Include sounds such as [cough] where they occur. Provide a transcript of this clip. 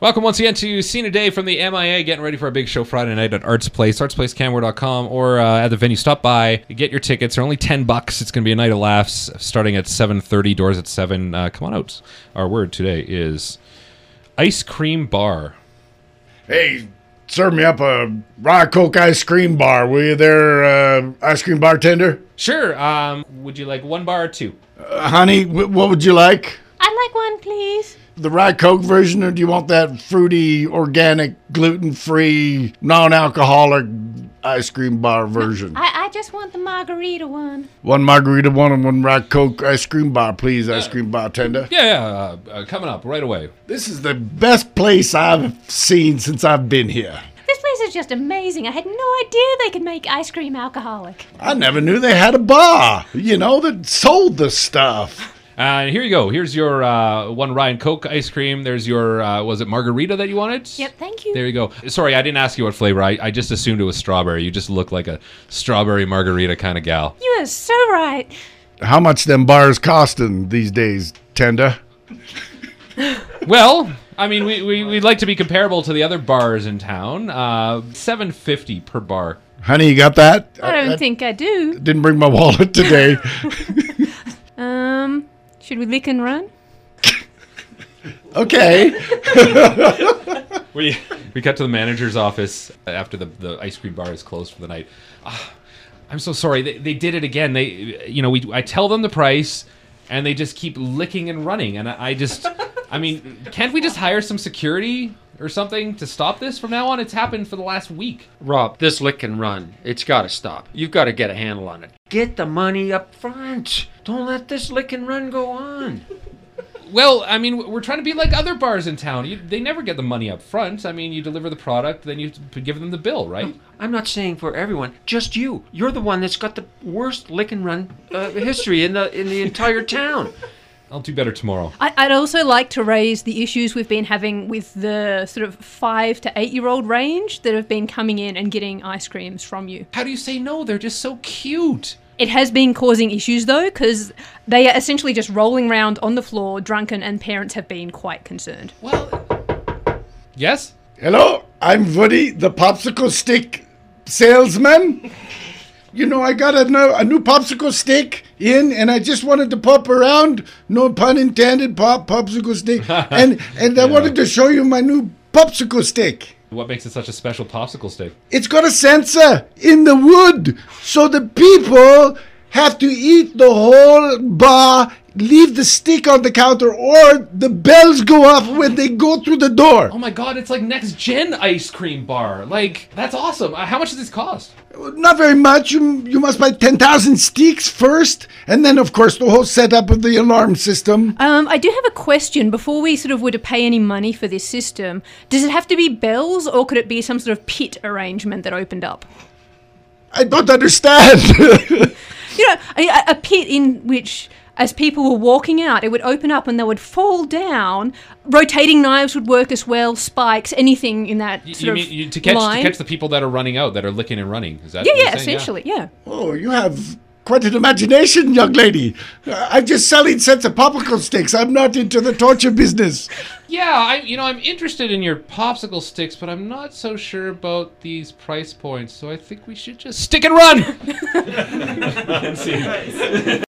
Welcome once again to Scene a Day from the MIA, getting ready for a big show Friday night at Arts Place, artsplacecanmore.com, or uh, at the venue. Stop by, get your tickets. They're only 10 bucks. It's going to be a night of laughs starting at 7.30, doors at 7. Uh, come on out. Our word today is ice cream bar. Hey, serve me up a rock coke ice cream bar. Will you there, uh, ice cream bartender? Sure. Um, would you like one bar or two? Uh, honey, w- what would you like? I'd like one, please. The Rye Coke version, or do you want that fruity, organic, gluten free, non alcoholic ice cream bar version? I, I just want the margarita one. One margarita, one and one Rye Coke ice cream bar, please, ice cream bartender. Yeah, yeah. Uh, uh, coming up right away. This is the best place I've seen since I've been here. This place is just amazing. I had no idea they could make ice cream alcoholic. I never knew they had a bar, you know, that sold the stuff. And Uh, here you go. Here's your uh, one Ryan Coke ice cream. There's your, uh, was it margarita that you wanted? Yep, thank you. There you go. Sorry, I didn't ask you what flavor. I, I just assumed it was strawberry. You just look like a strawberry margarita kind of gal. You are so right. How much them bars costing these days, Tender? Well, I mean, we, we, we'd like to be comparable to the other bars in town. Uh, Seven fifty per bar. Honey, you got that? I don't think I do. Didn't bring my [laughs] wallet today. Um, should we lick and run? okay. We [laughs] we got to the manager's office after the, the ice cream bar is closed for the night. Ah, I'm so sorry. They, they did it again. They you know we I tell them the price, and they just keep licking and running. And I, I just I mean, can't we just hire some security or something to stop this from now on? It's happened for the last week. Rob, this lick and run, it's got to stop. You've got to get a handle on it. Get the money up front. Don't let this lick and run go on. Well, I mean, we're trying to be like other bars in town. You, they never get the money up front. I mean, you deliver the product, then you give them the bill, right? I'm not saying for everyone, just you. You're the one that's got the worst lick and run uh, history in the in the entire town. I'll do better tomorrow. I- I'd also like to raise the issues we've been having with the sort of five to eight year old range that have been coming in and getting ice creams from you. How do you say no? They're just so cute. It has been causing issues though, because they are essentially just rolling around on the floor, drunken, and parents have been quite concerned. Well, yes. Hello, I'm Woody, the popsicle stick salesman. You know, I got a new, a new popsicle stick in, and I just wanted to pop around. No pun intended. Pop [laughs] popsicle stick, and and I wanted to show you my new popsicle stick. What makes it such a special popsicle stick? It's got a sensor in the wood, so the people have to eat the whole bar, leave the stick on the counter, or the bells go off when they go through the door. Oh my god, it's like next gen ice cream bar. Like, that's awesome. Uh, How much does this cost? Not very much. You, you must buy 10,000 sticks first, and then, of course, the whole setup of the alarm system. Um, I do have a question before we sort of were to pay any money for this system. Does it have to be bells, or could it be some sort of pit arrangement that opened up? I don't understand. [laughs] you know, a, a pit in which, as people were walking out, it would open up and they would fall down. Rotating knives would work as well, spikes, anything in that You, sort you of mean you, to catch to line. catch the people that are running out, that are licking and running? Is that yeah, what you're yeah, saying? essentially, yeah. oh, you have quite an imagination, young lady. Uh, I'm just selling sets of popsicle sticks. I'm not into the torture business. Yeah, I you know I'm interested in your popsicle sticks, but I'm not so sure about these [laughs] price points. So I think we should just stick and run.